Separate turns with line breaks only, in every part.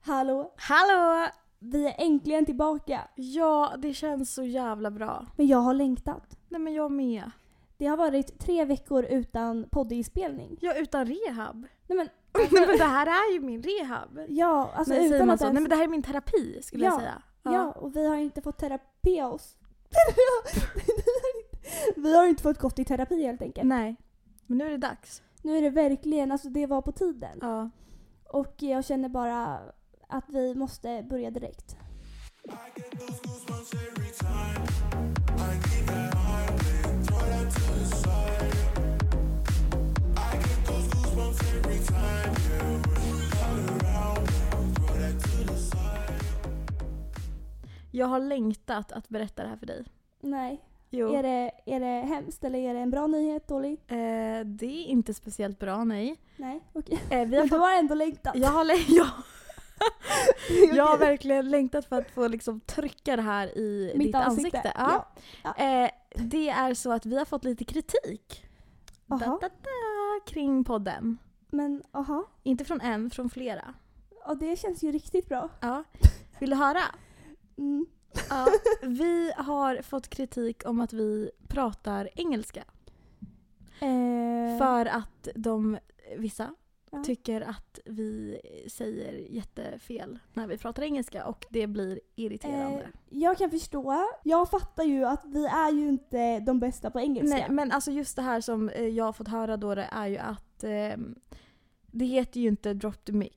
Hallå!
Hallå!
Vi är äntligen tillbaka.
Ja, det känns så jävla bra.
Men jag har längtat.
Nej men jag med.
Det har varit tre veckor utan poddinspelning.
Jag är utan rehab.
Nej men, alltså,
Nej men det här är ju min rehab.
ja, alltså
men säger
utan
man
att
så?
ens...
Nej men det här är min terapi skulle
Ja,
jag säga.
Ja, och vi har inte fått terapi oss. vi har inte fått gått i terapi helt enkelt.
Nej. Men nu är det dags.
Nu är det verkligen, alltså det var på tiden.
Ja.
Och jag känner bara att vi måste börja direkt.
Jag har längtat att berätta det här för dig.
Nej.
Jo.
Är, det, är det hemskt eller är det en bra nyhet, dålig?
Eh, det är inte speciellt bra, nej.
Nej, okej.
Eh, vi
Men
har
du
fått...
har ändå längtat.
jag, har lä- jag,
Okej.
jag har verkligen längtat för att få liksom trycka det här i
Mitt
ditt
ansikte.
ansikte. Ja.
Ja.
Eh, det är så att vi har fått lite kritik da,
Jaha.
da, da, kring podden.
Men aha.
Inte från en, från flera.
Ja, det känns ju riktigt bra.
Ja. Vill du höra?
Mm.
Ja. Vi har fått kritik om att vi pratar engelska.
Eh,
För att de, vissa,
Ja.
tycker att vi säger jättefel när vi pratar engelska och det blir irriterande.
Eh, jag kan förstå. Jag fattar ju att vi är ju inte de bästa på engelska.
Nej, men alltså just det här som eh, jag har fått höra då det är ju att ehm, det heter ju inte drop the mic.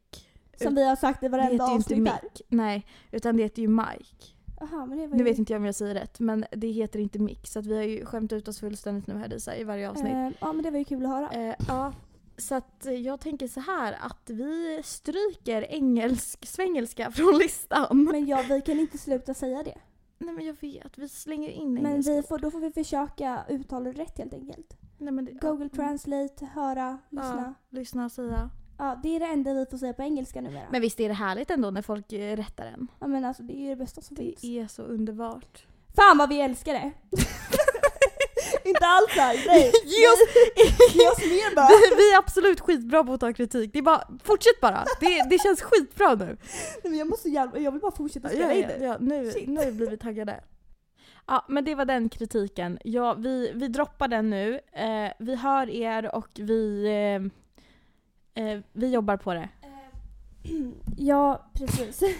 som vi har sagt i
Det
varenda
heter ju inte
avsnitt
mic.
här.
Nej, utan det heter ju mic.
Aha, men det var
Nu
ju-
vet inte jag om jag säger rätt men det heter inte mic så att vi har ju skämt ut oss fullständigt nu här Lisa i varje avsnitt.
Eh, ja, men det var ju kul att höra.
Eh, ja, så att eh, jag tänker så här att vi stryker engelsk svengelska från listan.
Men ja, vi kan inte sluta säga det.
Nej men jag vet, vi slänger in
Men
engelska.
vi får, då får vi försöka uttala det rätt helt enkelt.
Nej, men det,
Google
ja.
Translate, höra, lyssna.
Ja, lyssna och säga.
Ja, det är det enda vi får säga på engelska numera.
Men visst är det härligt ändå när folk eh, rättar en?
ja, men alltså, det är ju det bästa som
Det
finns.
är så underbart.
Fan vad vi älskar det! inte alls här, nej.
Ge oss,
Ge oss mer bara.
vi, vi är absolut skitbra på att ta kritik. Det är bara, fortsätt bara. Det, det känns skitbra nu.
Nej, men jag måste jävla, jag vill bara fortsätta
Ja,
spela
ja,
in
ja,
det.
ja, nu,
Shit.
nu blir vi taggade. Ja, men det var den kritiken. Ja, vi, vi droppar den nu. Eh, vi hör er och vi, eh, eh, vi jobbar på det.
Eh, Ja, precis.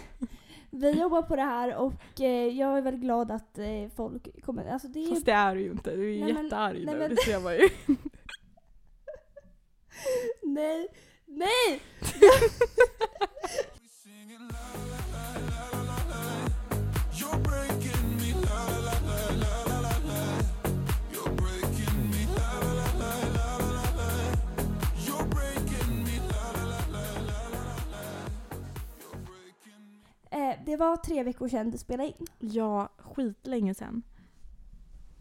Vi jobbar på det här och eh, jag är väldigt glad att eh, folk kommer. Alltså det är ju...
det är du ju inte. Du
ju Nej, men- jättearg nej, nu, men- det
ser man ju.
Nej, nej! Eh, det var tre veckor sedan du spelade in.
Ja, skitlänge sen.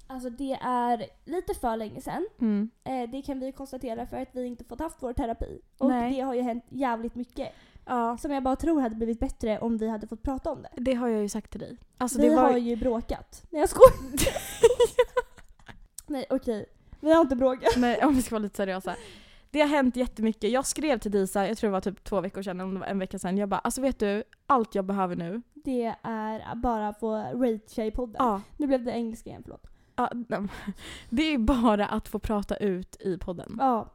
Alltså det är lite för länge sedan.
Mm.
Eh, det kan vi konstatera för att vi inte fått haft vår terapi. Och
Nej.
det har ju hänt jävligt mycket.
Ja,
Som jag bara tror hade blivit bättre om vi hade fått prata om det.
det har jag ju sagt till dig. Alltså,
vi
det var...
har ju bråkat. Nej jag skojar. Nej okej. Vi har inte bråkat.
Nej, om vi ska vara lite seriösa. Det har hänt jättemycket. Jag skrev till Disa, jag tror det var typ två veckor sedan, om det var en vecka sedan. Jag bara, alltså vet du, allt jag behöver nu.
Det är bara på Rate Tjej-podden.
Ja. Mm.
Nu blev det engelska igen, förlåt.
ja nej. det är bara att få prata ut i podden.
Ja.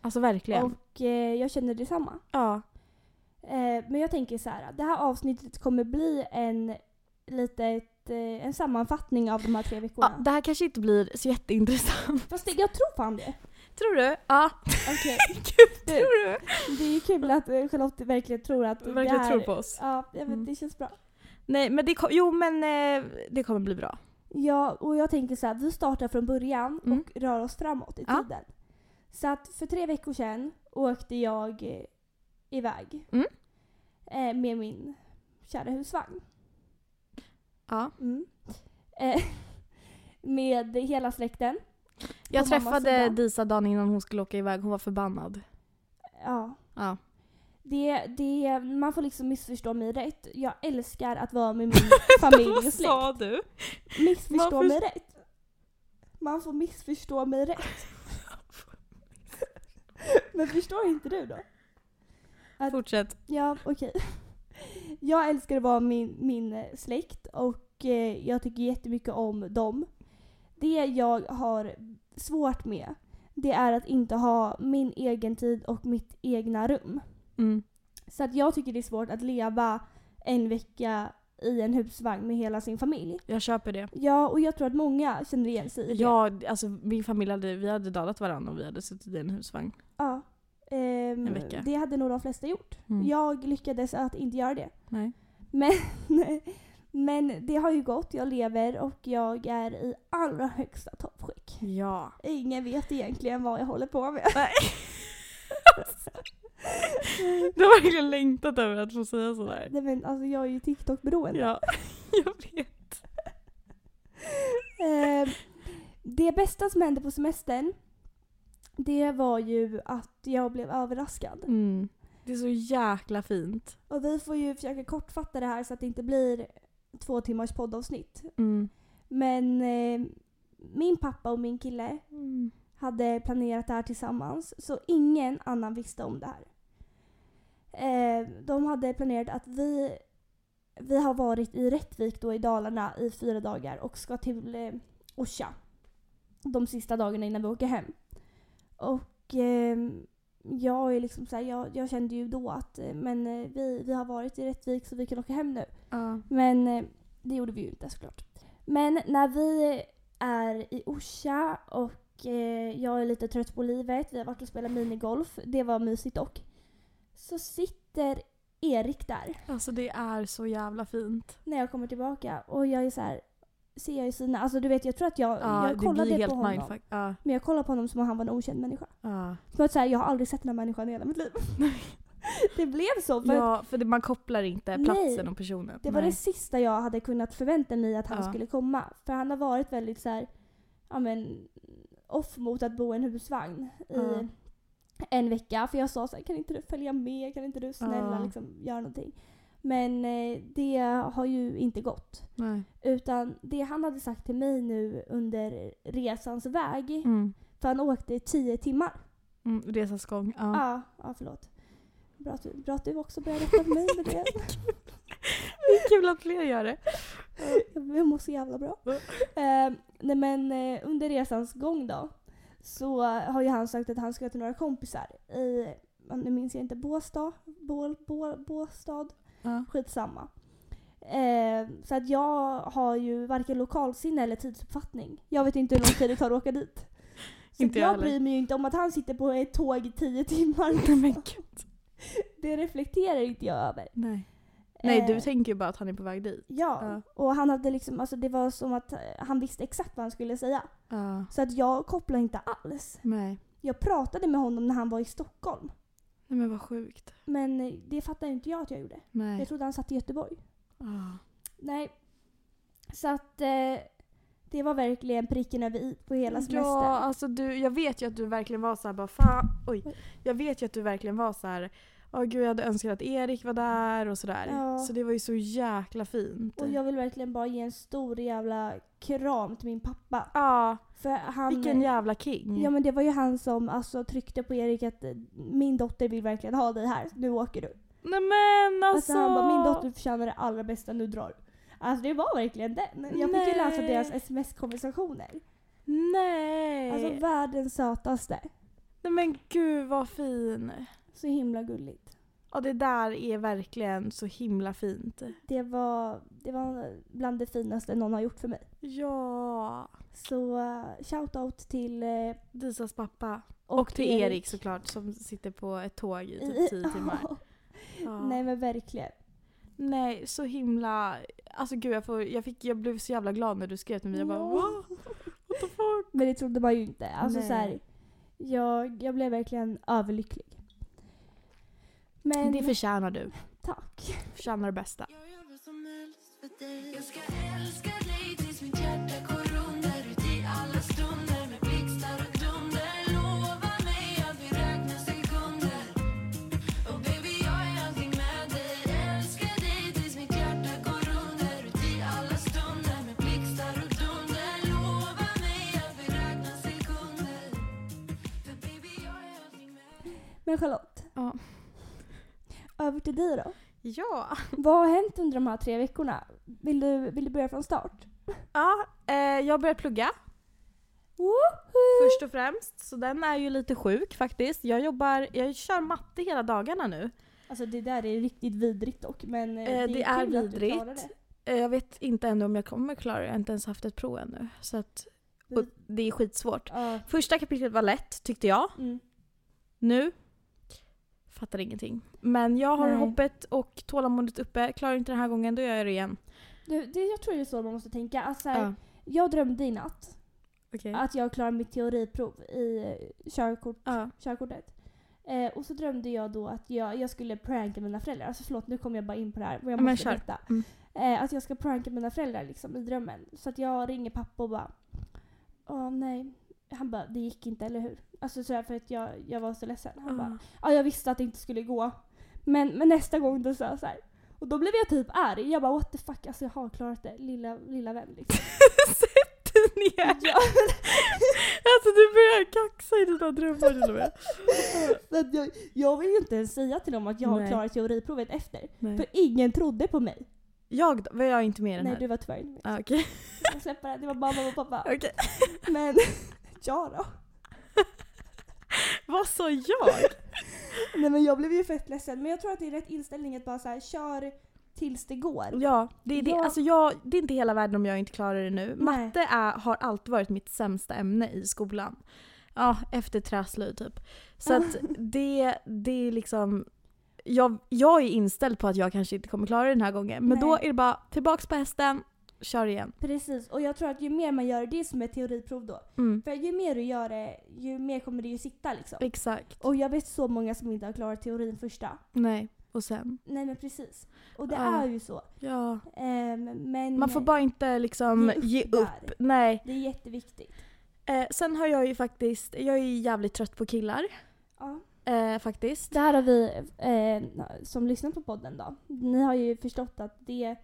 Alltså verkligen.
Och eh, jag känner detsamma.
Ja.
Eh, men jag tänker så här, det här avsnittet kommer bli en litet, eh, en sammanfattning av de här tre
ja.
veckorna.
Det här kanske inte blir så jätteintressant.
Fast det, jag tror fan det.
Tror du? Ja.
Okej.
Gud, tror du?
Det är ju kul att eh, Charlotte verkligen tror att
Du
det
verkligen
här...
tror på oss.
Ja, ja, men
Mm.
det känns bra.
Nej men det, kom, jo men eh, det kommer bli bra.
Ja, och jag tänker så här, vi startar från början
Mm.
och rör oss framåt i
Ja.
tiden. Så att för tre veckor sedan åkte jag eh, iväg
Mm.
eh, med min kära husvagn.
Ja.
Mm. Eh, med hela släkten.
Jag
På mammas
träffade
sida.
Disa dagen innan hon skulle åka iväg, hon var förbannad.
Ja.
Ja.
Det, det, man får liksom missförstå mig rätt. Jag älskar att vara med min familj och släkt.
du?
Missförstå
Man
mig rätt. Man får missförstå mig rätt. Men förstår inte du då?
Fortsätt.
Ja, okej. jag älskar att vara min, min eh, släkt och eh, jag tycker jättemycket om dem. Det jag har svårt med det är att inte ha min egen tid och mitt egna rum.
Mm.
Så att jag tycker det är svårt att leva en vecka i en husvagn med hela sin familj.
Jag köper det.
Ja, och jag tror att många känner igen sig i det.
Ja, alltså min familj hade, vi hade dödat varandra om vi hade suttit i en husvagn.
Ja. Ehm,
En vecka.
Det hade nog de flesta gjort.
Mm.
Jag lyckades att inte göra det.
Nej.
Men det har ju gått, jag lever och jag är i allra högsta toppskick.
Ja.
Ingen vet egentligen vad jag håller på med.
Nej. Du har verkligen längtat över att få säga sådär.
Nej men alltså jag är ju TikTok-beroende.
Ja, jag vet.
Ehm, det bästa som hände på semestern det var ju att jag blev överraskad.
Mm. Det är så jäkla fint.
Och vi får ju försöka kortfatta det här så att det inte blir två timmars poddavsnitt.
Mm.
Men eh, min pappa och min kille hade planerat det här tillsammans så ingen annan visste om det här. Eh, de hade planerat att vi, vi har varit i Rättvik då i Dalarna i fyra dagar och ska till eh, Orsa de sista dagarna innan vi åker hem. Och eh, jag, är liksom så här, jag, jag kände ju då att eh, men, eh, vi, vi har varit i Rättvik så vi kan åka hem nu.
Ja.
Men eh, det gjorde vi ju inte såklart. Men när vi är i Orsa och eh, jag är lite trött på livet, vi har varit och spelat minigolf, det var mysigt dock. Så sitter Erik där
Alltså det är så jävla fint.
när jag kommer tillbaka och jag är så här, ser jag ju sina, alltså du vet jag tror att jag, jag kollade på honom.
Ja.
Men jag kollade på honom som om han var en okänd människa.
Ja.
För att så här, jag har aldrig sett den här människan i hela mitt liv. det blev så för att
ja, för det, man kopplar inte
Nej.
platsen och personen.
Det var
Nej.
det sista jag hade kunnat förvänta mig att han
Ja.
skulle komma. För han har varit väldigt så här, ja men off mot att bo i en husvagn i
Ja.
en vecka. För jag sa så här, kan inte du följa med? Kan inte du snälla
Ja.
liksom göra någonting? Men eh, det har ju inte gått.
Nej.
Utan det han hade sagt till mig nu under resans väg,
Mm.
för han åkte i tio timmar.
Mm. Resans gång. Ja.
Ja, ja förlåt. Bra att, du, bra att du också börjar rätta mig med det.
Kul att fler gör det.
Jag mår så jävla bra.
Ja.
Eh, nej men eh, under resans gång då så har ju han sagt att han ska till några kompisar i, nu minns jag inte, Båstad? Bål, Bål, Båstad?
Ja.
Skitsamma. Eh, så att jag har ju varken lokalsinne eller tidsuppfattning. Jag vet inte hur lång tid det tar att åka dit. Så
Inte
att
jag
jag
heller.
bryr mig ju inte om att han sitter på ett tåg i tio timmar.
Nej, men gud.
Det reflekterar inte jag över.
Nej. Nej, du
Eh,
tänker ju bara att han är på väg dit.
Ja,
Ja.
och han hade liksom, alltså det var som att eh, han visste exakt vad han skulle säga.
Ja.
Så att jag kopplade inte alls.
Nej.
Jag pratade med honom när han var i Stockholm.
Nej men vad sjukt.
Men eh, det fattade inte jag att jag gjorde.
Nej.
Jag trodde han satt i Göteborg.
Ah.
Nej. Så att eh, det var verkligen pricken över i på hela semestern.
Ja, alltså du, jag vet ju att du verkligen var så här, bara fan, oj.
Oj.
Jag vet ju att du verkligen var så här, åh gud jag hade önskat att Erik var där och sådär.
Ja.
Så det var ju så jäkla fint.
Och jag vill verkligen bara ge en stor jävla kram till min pappa.
Ja,
För han,
vilken jävla king.
Ja men det var ju han som alltså, tryckte på Erik att eh, min dotter vill verkligen ha dig här, nu åker du.
Nej men alltså.
Alltså, han bara, min dotter förtjänar det allra bästa, nu drar du." Alltså det var verkligen den. Jag fick ju läsa
Nej.
deras sms-konversationer.
Nej.
Alltså världens sötaste.
Nej men gud vad fin.
Så himla gulligt.
Ja det där är verkligen så himla fint.
Det var, det var bland det finaste någon har gjort för mig.
Ja.
Så eh, shout-out till... eh,
Disas pappa. Och, till Erik. såklart som sitter på ett tåg i typ tio timmar. Ja.
Nej men verkligen.
Nej, så himla... Alltså gud, jag, får, jag, fick, jag blev så jävla glad när du skrev till mig. Jag bara
Ja.
wow, what the fuck?
Mm. Men det trodde man ju inte. Alltså
Nej.
så här, jag, jag blev verkligen överlycklig. Men
Det förtjänar du.
tack.
Förtjänar det bästa.
Jag gör vad som helst för dig Jag ska älska dig tills mitt hjärta går under Uti alla stunder med blixtar och dunder Lova mig att vi räknar sekunder Och baby jag är alltid med dig Älskar dig tills mitt hjärta går under Uti alla stunder med blixtar och dunder Lova mig att vi räknar sekunder För baby jag är alltid med dig
Men Charlotte,
Ja.
över till dig då.
Ja.
Vad har hänt under de här tre veckorna? Vill du, vill du börja från start?
ja eh, jag har börjat plugga
Woho!
först och främst. Så den är ju lite sjuk faktiskt. Jag jobbar, jag kör matte hela dagarna nu.
Alltså det där är riktigt vidrigt dock men eh,
Eh, det är
kul att du
vidrigt.
klarar det.
Eh, Jag vet inte ännu om jag kommer klara det. Jag har inte ens haft ett prov ännu. Så att, och det är skitsvårt.
Ja.
Första kapitlet var lätt tyckte jag.
Mm.
Nu fattar ingenting. Men jag har
Nej.
hoppet och tålamodet uppe. Klarar jag inte den här gången då gör jag det igen.
Du, det, jag tror det är så man måste tänka. Alltså,
Ja.
Jag drömde i natt
Okej.
att jag klarar mitt teoriprov i eh, körkort,
Ja.
körkortet. Eh, och så drömde jag då att jag, jag skulle pranka mina föräldrar. Alltså förlåt, nu kommer jag bara in på det här. vad Jag
Ja, men
måste
kör.
berätta.
Mm.
Eh, att jag ska pranka mina föräldrar liksom, i drömmen. Så att jag ringer pappa och bara Åh nej. Han bara, det gick inte eller hur? Alltså sådär för att jag, jag var så ledsen. Han bara,
Ja.
Ja, jag visste att det inte skulle gå. Men, men nästa gång då sa jag så här. Och då blev jag typ arg. Jag bara what the fuck, alltså jag har klarat det. Lilla, lilla vän liksom.
Sätt dig ner!
Ja.
Alltså du börjar kaxa i dina drömmar till och med.
Så att jag, jag vill ju inte ens säga till dem att jag har
Nej.
klarat teoriprovet efter.
Nej.
För ingen trodde på mig.
Jag då? Var jag inte med i den
Nej,
här?
du var tyvärr inte med.
Ah, Okej.
Jag släpper det. Det var bara mamma och pappa.
Okej.
Men ja då.
Vad sa jag?
Nej men jag blev ju fett ledsen. Men jag tror att det är rätt inställning att bara så här, kör tills det går.
Ja, Mm. det är, det,
Jag-
Alltså jag, det är inte hela världen om jag inte klarar det nu. Matte är, har alltid varit mitt sämsta ämne i skolan. Ja, efter träslöjd typ. Så att det, det är liksom... Jag, jag är inställd på att jag kanske inte kommer klara det den här gången. Men då
Nej.
är det bara tillbaks på hästen, kör igen.
Precis, och jag tror att ju mer man gör det är som ett teoriprov då.
Mm.
För ju mer du gör det, ju mer kommer det ju sitta liksom.
Exakt.
Och jag vet så många som inte har klarat teorin första.
Nej, och sen.
Nej men precis. Och det
Ja.
är ju så.
Ja.
Ehm, men
Man får bara inte liksom
Mm,
ge upp.
där.
Nej.
Det är jätteviktigt.
Eh, sen har jag ju faktiskt, jag är ju jävligt trött på killar.
Ja.
Eh, faktiskt.
Det här har vi eh, som lyssnar på podden då. Ni har ju förstått att det är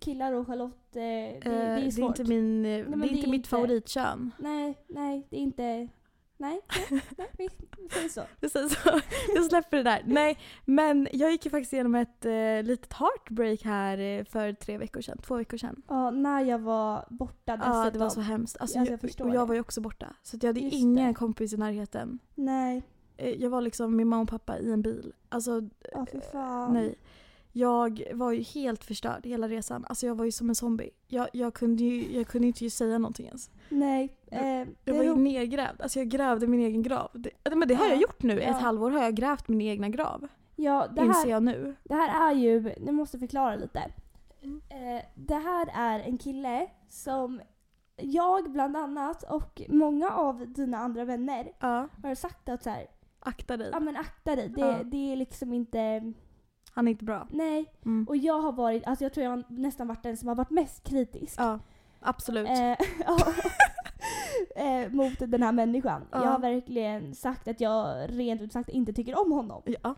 killar och Charlotte, eh, det, det
Eh,
är svårt.
inte, min,
men
det
det
är inte
är
mitt
inte-
favoritkön.
Nej, nej, det är inte... Nej, nej, nej vi vi säger så.
Precis, så. jag släpper det där. Nej, men jag gick ju faktiskt igenom ett eh, litet heartbreak här eh, för tre veckor sedan, två veckor sedan.
Ja, när jag var borta
Ja, det var så hemskt. Alltså,
Alltså, jag
jag,
förstår
och jag
det.
var ju också borta. Så att jag hade
Just
ingen
det.
kompis i närheten.
Nej,
Eh, Jag var liksom med mamma och pappa i en bil. Alltså
ja för fan.
Nej. Jag var ju helt förstörd hela resan. Alltså jag var ju som en zombie. Jag, jag, kunde, ju, jag kunde inte ju säga någonting ens.
Nej.
Jag-
eh, det
Jag var ju
ro-
nergrävd. Alltså jag grävde min egen grav. Det, ja, men det har
Ja.
jag gjort nu.
Ja.
Ett halvår har jag grävt min egna grav.
ja, det här,
Inser jag nu.
Det här är ju, nu måste jag förklara lite.
Mm.
Eh, det här är en kille som jag bland annat och många av dina andra vänner
Ja.
har sagt att så här,
Akta dig.
ja men akta dig, det,
Ja.
det är liksom inte,
Han är inte bra.
nej.
Mm.
Och jag har varit, alltså jag tror jag har nästan varit den som har varit mest kritisk.
Ja, absolut.
Eh, ja. eh, mot den här människan.
Ja.
Jag har verkligen sagt att jag rent ut sagt inte tycker om honom.
Ja.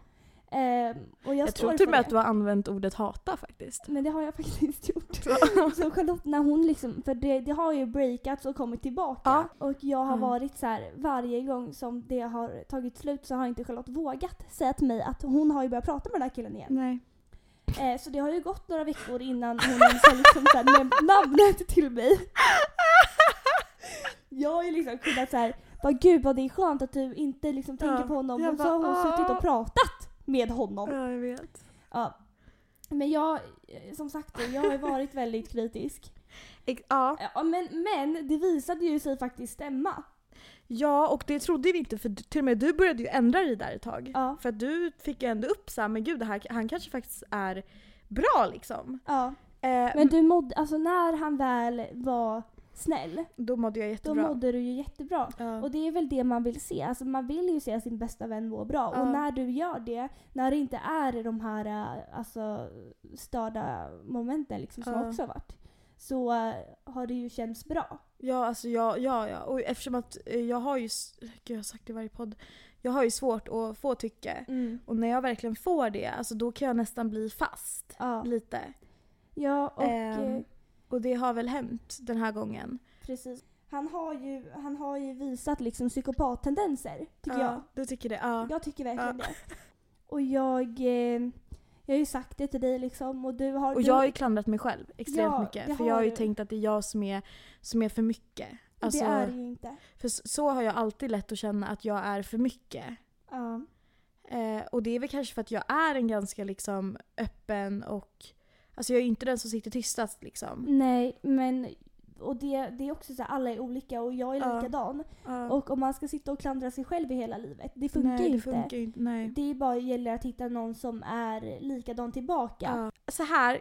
Eh, och jag,
Jag,
står
tror till och
för
med
det.
att du har använt ordet hata faktiskt.
Men det har jag faktiskt gjort. Så Charlotte när hon liksom, för det, det har ju breakats och kommit tillbaka.
Ja.
Och jag har
Mm.
varit så här varje gång som det har tagit slut så har inte Charlotte vågat säga till mig att hon har ju börjat prata med den här killen igen.
Nej. Mm.
Eh, så det har ju gått några veckor innan hon ens har liksom så här nämnt namnet till mig. Jag har ju liksom kunnat såhär, bara gud vad det är skönt att du inte liksom tänker
Ja.
på honom.
Jag
Men så
bara,
har hon suttit
"Åh."
och pratat med honom.
Ja, jag vet.
Ja. Men jag, eh, som sagt jag har ju varit väldigt kritisk.
Ex- Ja.
Ja, men, men det visade ju sig faktiskt stämma.
ja, och det trodde vi inte för du- till och med du började ju ändra dig där ett tag.
Ja.
För att du fick ju ändå upp såhär, men gud det här, han kanske faktiskt är bra liksom.
ja.
Eh,
Men du mådde, alltså när han väl var snäll,
då mådde jag
då
jättebra.
mådde du ju jättebra.
ja.
Och det är väl det man vill se. Alltså man vill ju se sin bästa vän må bra.
Ja.
Och när du gör det, när det inte är de här eh, alltså, störda momenten liksom, som
Ja.
också har varit, så eh, har det ju känts bra.
ja, alltså ja, ja, ja. Och eftersom att eh, jag har ju, s- gud jag har sagt det i varje podd, jag har ju svårt att få tycke. Och när jag verkligen får det, alltså då kan jag nästan bli fast.
Ja.
Lite.
ja, och
Ehm,
eh,
Och det har väl hänt den här gången.
precis. Han har ju, han har ju visat liksom psykopattendenser, tycker
ja,
jag.
Du tycker det? Ja.
Jag tycker verkligen
Ja.
det. Och jag, eh, Jag har ju sagt det till dig liksom och du har...
Och
du,
jag har ju klandrat mig själv extremt
Ja, det
mycket. För jag har
har
ju
du.
tänkt att det är jag som är, som är för mycket. Alltså,
Det är det ju inte.
För s- så har jag alltid lätt att känna att jag är för mycket.
Ja.
Eh, och det är väl kanske för att jag är en ganska liksom öppen och... Alltså jag är ju inte den som sitter tystast
Mm.
liksom.
Nej, men... Och det, det är också så här, alla är olika och jag är
Ja.
likadan.
Ja.
Och om man ska sitta och klandra sig själv i hela livet, det funkar
Nej, det
inte.
Funkar ju inte. Nej.
Det är bara gäller att hitta någon som är likadan tillbaka.
Ja. Så här,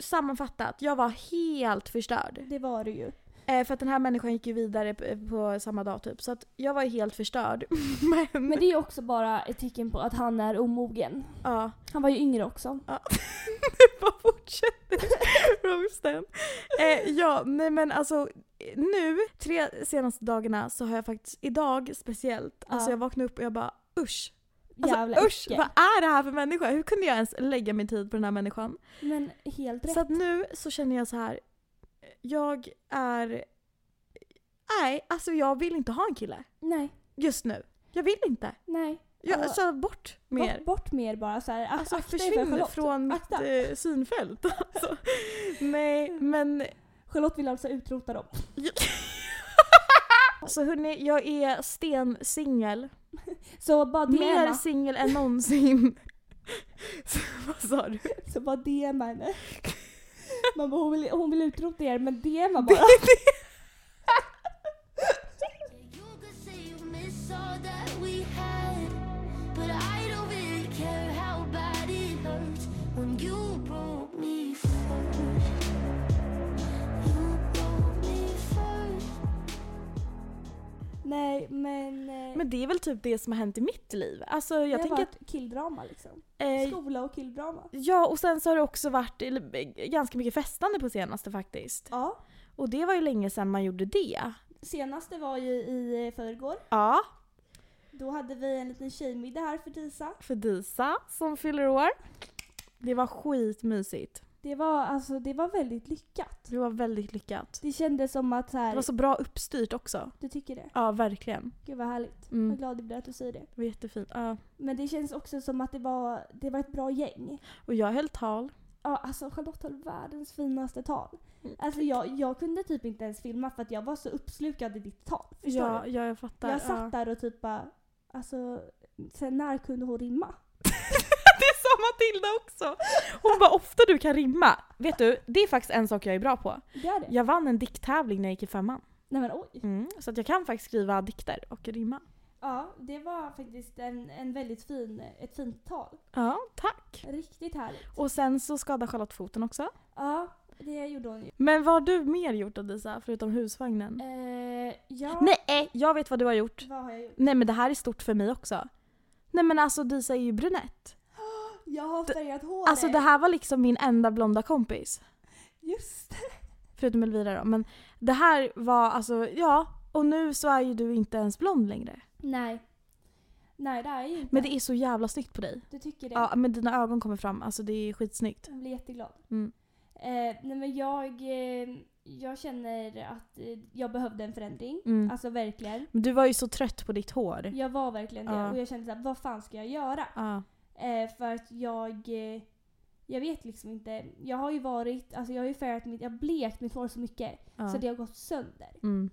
sammanfattat, jag var helt förstörd.
Det var det ju.
Eh, för att den här människan gick ju vidare p- på samma dag typ. Så att jag var ju helt förstörd. Men,
Men det är också bara ett tecken på att han är omogen.
ja.
Han var ju yngre också.
ja. Det bara fortsätter roasten. Eh, ja, nej men alltså nu, tre senaste dagarna så har jag faktiskt, idag speciellt, alltså
Ja.
jag vaknade upp och jag bara usch. Alltså,
Jävla
usch,
äckel.
vad är det här för människa? Hur kunde jag ens lägga min tid på den här människan?
Men helt rätt.
Så att nu så känner jag så här. Jag är... Nej, alltså jag vill inte ha en kille
Nej,
just nu. Jag vill inte.
nej.
Jag,
Ja.
alltså bort med er.
Bort, bort med er bara så här. Ak-
Alltså
akta er för
försvinn
Charlotte.
från mitt
Akta. Mm.
eh, synfält. Alltså. Nej, men...
Charlotte vill alltså utrota dem.
Så Alltså, hörni, jag är stensingel.
Så bara
Mer
DMa.
singel än någonsin. Så, vad sa du?
Så bara DMa henne. Man bara, hon, vill, hon vill utrota er men DMa
Det-
bara.
det-
You could say you miss all that we had, but I don't really care how bad it hurts when you broke me first. You broke me first.
Nej men... eh,
Men det är väl typ det som har hänt i mitt liv. Alltså jag
det har
tänker att...
varit killdrama liksom.
eh,
Skola och killdrama.
Ja, och sen så har det också varit eller, eh, ganska mycket festande på senaste faktiskt.
Ja.
Och det var ju länge sedan man gjorde det.
Senaste var ju i eh, förrgår.
Ja,
Då hade vi en liten tjejmiddag här för Disa.
för Disa som fyller år. Det var skitmysigt.
Det var alltså, det var väldigt lyckat.
Det var väldigt lyckat.
Det kändes som att så
Det
här,
var så bra uppstyrt också.
du tycker det?
Ja, verkligen.
Gud vad härligt. Jag är
Mm.
glad jag blir att du säger det.
Det var jättefint. Ja.
Men det känns också som att det var, det var ett bra gäng.
Och jag höll tal.
Ja, alltså Charlotte höll världens finaste tal.
Mm.
Alltså jag, jag kunde typ inte ens filma för att jag var så uppslukad i ditt tal. Förstår
Ja,
du?
ja, jag fattar.
jag satt
ja.
där och typ bara, alltså sen när kunde hon rimma?
Det sa Matilda också! Hon bara ofta du kan rimma. Vet du, det är faktiskt en sak jag är bra på.
Det är det.
Jag vann en dikttävling när jag gick i femman.
Nej men oj.
Mm. Så att jag kan faktiskt skriva dikter och rimma.
Ja, det var faktiskt en, en väldigt fin, ett fint tal.
Ja, tack.
Riktigt härligt.
Och sen så skadade Charlotte foten också.
Ja, det gjorde hon ju.
Men vad har du mer gjort Adisa, förutom husvagnen?
Eh, ja,
Nej, jag vet vad du har gjort.
vad har jag gjort?
Nej men det här är stort för mig också. Nej men alltså Disa är ju brunett.
Jag har
D-
färgat håret.
Alltså det här var liksom min enda blonda kompis.
Just det.
Förutom Elvira då. Men det här var alltså, ja. Och nu så är ju du inte ens blond längre.
Nej. Nej, det är jag inte.
Men det är så jävla snyggt på dig.
Du tycker det?
Ja men dina ögon kommer fram, alltså det är skitsnyggt.
Jag blir jätteglad.
Mm.
Eh, nej men jag, eh, jag känner att eh, jag behövde en förändring.
Mm.
Alltså verkligen.
Men du var ju så trött på ditt hår.
Jag var verkligen det
Ja.
och jag kände såhär, vad fan ska jag göra?
Ja.
Eh, för att jag, eh, jag vet liksom inte. Jag har ju varit, alltså jag har ju färgat mitt, jag har blekt mitt hår så mycket
ja.
så det har gått sönder.
Mm.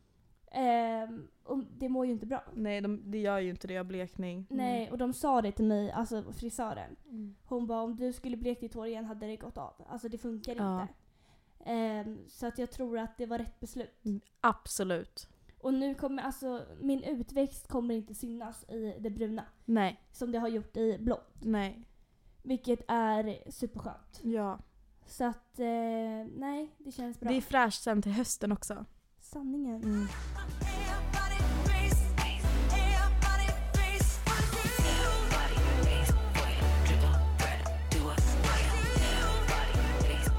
Ehm, och det mår ju inte bra.
Nej, de, det gör ju inte det. Jag har blekning.
Nej, och de sa det till mig, alltså frisören.
Mm.
Hon bara om du skulle bleka ditt hår igen hade det gått av. Alltså det funkar
Ja.
inte. Ehm, så att jag tror att det var rätt beslut.
Absolut.
Och nu kommer alltså min utväxt kommer inte synas i det bruna
Nej,
som det har gjort i blått.
nej.
Vilket är superskönt.
Ja.
Så att eh, nej, det känns bra.
Det är fräscht sen till hösten också.
Sanningen.
Mm.
Everybody face, everybody face. Everybody face, dribble bread, do a spray. Everybody face,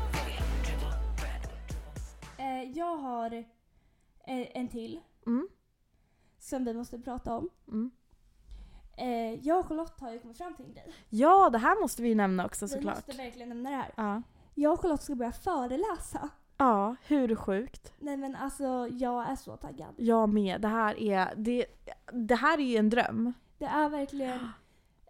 dribble bread, dribble.
Eh, jag har eh, en till
Mm.
som vi måste prata om.
Mm.
Eh, jag och Charlotte har ju kommit fram till en grej.
Ja, det här måste vi ju nämna också
vi
såklart.
måste verkligen nämna det här.
Ja.
Jag och Charlotte ska börja föreläsa.
ja, hur sjukt.
Nej men alltså jag är så taggad.
Jag med. Det här är, det, det här är ju en dröm.
Det är verkligen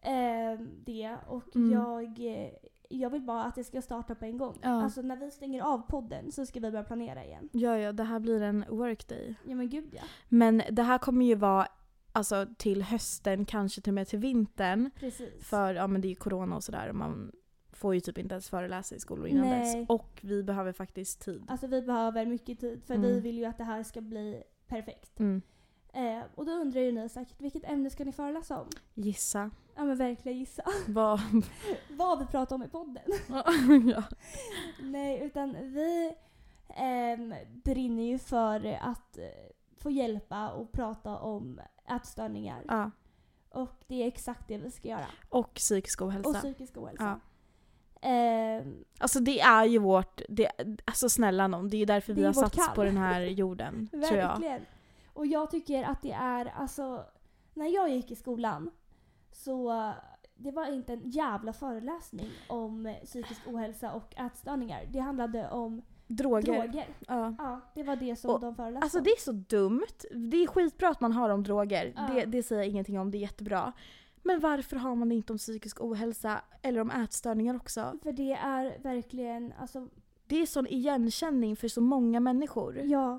eh, det och
Mm.
jag eh, jag vill bara att det ska starta på en gång.
Ja.
Alltså när vi stänger av podden så ska vi börja planera igen.
Ja, ja, det här blir en workday.
Ja men gud ja.
Men det här kommer ju vara alltså, till hösten, kanske till och med till vintern.
Precis.
För ja, men det är ju corona och sådär och man får ju typ inte ens föreläsa i skolor innan
Nej.
dess. Och vi behöver faktiskt tid.
Alltså vi behöver mycket tid för
Mm.
vi vill ju att det här ska bli perfekt.
Mm.
Eh, och då undrar ju ni säkert vilket ämne ska ni föreläsa om?
Gissa
Ja men verkligen gissa.
vad...
Vad vi pratar om i podden.
ja.
Nej utan vi ehm, brinner ju för att eh, få hjälpa och prata om ätstörningar.
Ja.
Och det är exakt det vi ska göra.
Och psykisk ohälsa.
Och psykisk ohälsa. Ehm,
Alltså det är ju vårt, det, alltså snälla någon, det är ju därför
Det
vi
är
har
vårt
satts
kall.
på den här jorden. tror jag.
verkligen. Och jag tycker att det är alltså, när jag gick i skolan så eh, det var inte en jävla föreläsning om eh, psykisk ohälsa och ätstörningar. Det handlade om
Droger.
droger.
Ja.
Ja, det var det som
Och,
de föreläste
Alltså
om.
det är så dumt. Det är skitbra att man har om droger,
Ja.
det, det säger jag ingenting om, det är jättebra. Men varför har man det inte om psykisk ohälsa eller om ätstörningar också?
För det är verkligen, alltså,
Det är sån igenkänning för så många människor.
ja,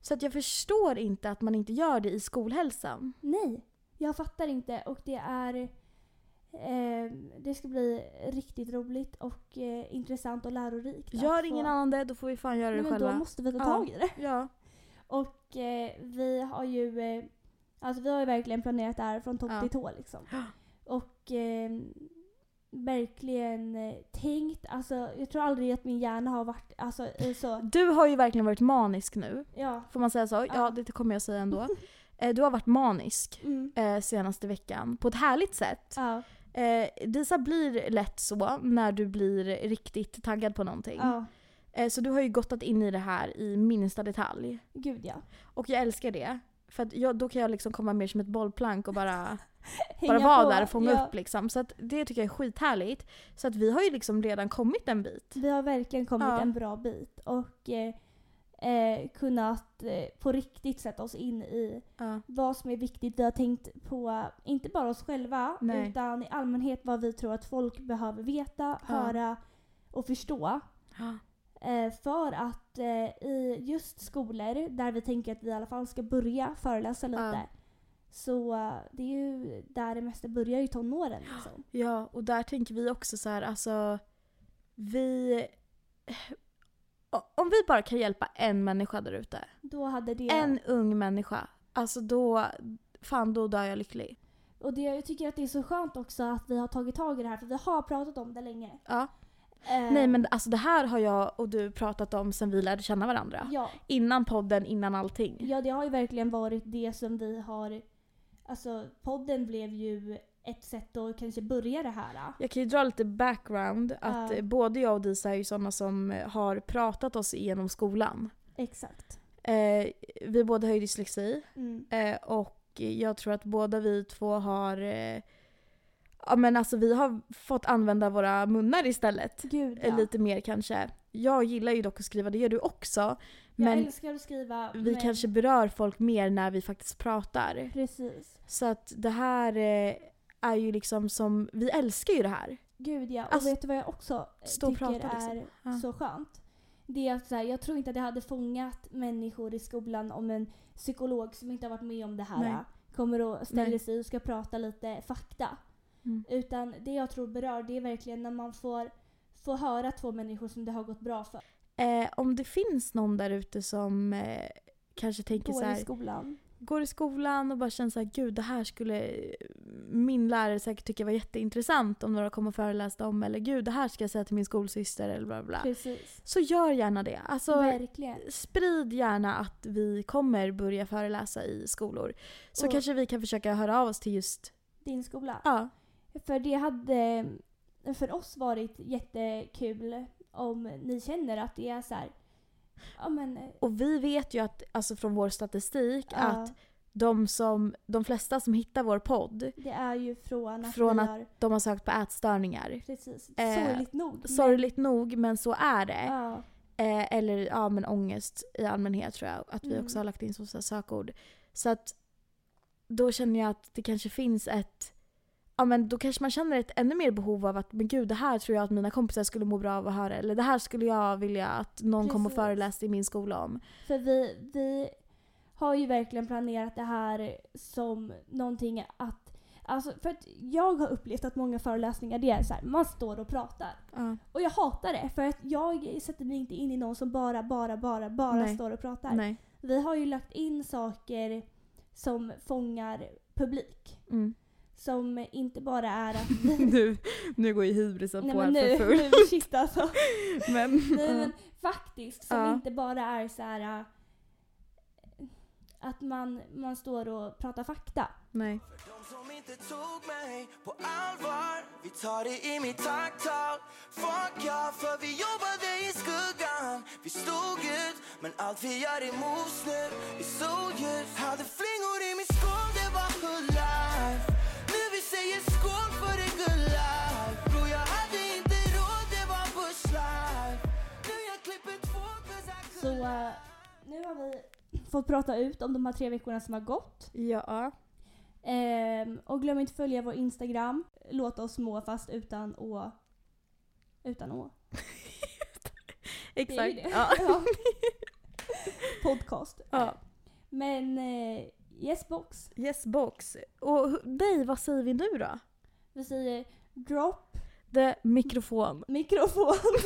Så att jag förstår inte att man inte gör det i skolhälsan.
nej. Jag fattar inte och det är, eh, det ska bli riktigt roligt och eh, intressant och lärorikt. att
Gör
få-
ingen annan det, då får vi fan göra det
Nej, men
själva.
Då måste vi ta
Ja.
tag i det.
Ja.
Och eh, vi har ju eh, alltså vi har ju verkligen planerat det här från topp
Ja.
till tå. Liksom.
Ja.
Och eh, verkligen eh, tänkt. Alltså, jag tror aldrig att min hjärna har varit alltså, eh, så...
Du har ju verkligen varit manisk nu.
Ja.
Får man säga så? Ja, det kommer jag säga ändå. Eh, Du har varit manisk
Mm.
eh, senaste veckan på ett härligt sätt.
Ja,
Eh, Disa blir lätt så när du blir riktigt taggad på någonting.
ja.
Eh, Så du har ju gåttat in i det här i minsta detalj.
Gud ja.
Och jag älskar det. För att jag, då kan jag liksom komma mer som ett bollplank och bara, bara
Hänga
vara
på.
där och fånga
ja.
upp. Liksom. Så att det tycker jag är skithärligt. Så att vi har ju liksom redan kommit en bit.
Vi har verkligen kommit
Ja.
en bra bit och eh, eh, kunnat eh, på riktigt sätta oss in i
Ja.
vad som är viktigt. Vi har tänkt på, inte bara oss själva,
Nej.
utan i allmänhet vad vi tror att folk behöver veta,
Ja.
höra och förstå. Eh, för att eh, i just skolor, där vi tänker att vi i alla fall ska börja föreläsa lite,
Ja.
så eh, det är ju där det mesta börjar i tonåren. Liksom.
Ja, och där tänker vi också så här, alltså vi... Om vi bara kan hjälpa en människa där ute,
Då hade det...
en ung människa, alltså då, fan då dör jag lycklig.
Och det, jag tycker att det är så skönt också att vi har tagit tag i det här, för vi har pratat om det länge.
Ja.
Eh,
Nej men alltså det här har jag och du pratat om sen vi lärde känna varandra.
ja,
Innan podden, innan allting.
ja, det har ju verkligen varit det som vi har... Alltså podden blev ju ett sätt att kanske börja det här.
Jag kan ju dra lite background, att
Ja.
eh, både jag och Disa är ju sådana som eh, har pratat oss igenom skolan.
Exakt.
Eh, vi båda har ju dyslexi,
Mm.
Eh, och jag tror att båda vi två har... Eh, ja men alltså vi har fått använda våra munnar istället.
Gud ja.
Eh, lite mer kanske. Jag gillar ju dock att skriva, det gör du också.
jag
Men
älskar att skriva.
vi
men-
kanske berör folk mer när vi faktiskt pratar.
Precis.
Så att det här eh, är ju liksom som... Vi älskar ju det här.
Gud ja. Och
Alltså,
vet du vad jag också eh,
stå och
tycker
prata, liksom.
är
Ja.
så skönt? Det är att så här, jag tror inte att det hade fångat människor i skolan om en psykolog som inte har varit med om det här
Nej.
äh, kommer och ställer
Nej.
sig och ska prata lite fakta.
Mm.
Utan det jag tror berör det är verkligen när man får, får höra två människor som det har gått bra för.
Eh, om det finns någon där ute som eh, kanske tänker så
Går i
här...
skolan.
går i skolan och bara känner så här, gud det här skulle eh, min lärare säkert tycka var jätteintressant om några kom och föreläste om eller gud det här ska jag säga till min skolsyster eller bla bla. bla.
Precis.
Så gör gärna det. Alltså,
verkligen.
Sprid gärna att vi kommer börja föreläsa i skolor. Så
Och-
kanske vi kan försöka höra av oss till just...
Din skola.
Ja.
För det hade för oss varit jättekul om ni känner att det är så här, ja men, eh,
Och vi vet ju att, alltså från vår statistik
ja,
att de, som, de flesta som hittar vår podd,
det är ju från att
Från
vi
att-
har,
de har sökt på ätstörningar.
precis,
eh,
sorgligt nog. men-
Sorgligt nog men så är det.
Ja,
Eh, eller ja, men ångest i allmänhet tror jag att vi
Mm.
också har lagt in som så här sökord. Så att då känner jag att det kanske finns ett, ja ja, men då kanske man känner ett ännu mer behov av att men gud det här tror jag att mina kompisar skulle må bra av att höra eller det här skulle jag vilja att någon kom och
Precis.
föreläste i min skola om.
För vi, vi har ju verkligen planerat det här som någonting att... Alltså för att jag har upplevt att många föreläsningar det är så här, man står och pratar.
Ja.
Och jag hatar det för att jag sätter mig inte in i någon som bara, bara, bara, bara
Nej.
står och pratar.
Nej.
Vi har ju lagt in saker som fångar publik.
Mm.
Som inte bara är att...
nu, nu går ju hybrisen
Nej
på
men
en
nu,
för full.
nu shit alltså.
Men,
Nej
ja.
men faktiskt, som
Ja.
inte bara är så här äh, att man, man står och pratar fakta.
Nej.
För de som inte tog mig på allvar Vi tar det i mitt takttal Fuck ja, för vi jobbade i skuggan Vi stod ut, men allt vi gör är moves nu I solljus Hade flingor i min skål, det var good life Nu vi säger skål för det good life Bror jag hade inte råd, det var bush life Nu jag klipper två, cause I could
Så äh, nu har vi fått prata ut om de här tre veckorna som har gått.
Ja.
Ehm, och glöm inte följa vår Instagram. Låt oss må fast utan å. Utan å. Det är ju
Exakt.
det.
Ja.
Ja. Podcast.
Ja.
Men eh, yes box.
Yes box. Och hu- dig, vad säger vi nu då?
Vi säger drop
The mikrofon.
mikrofon.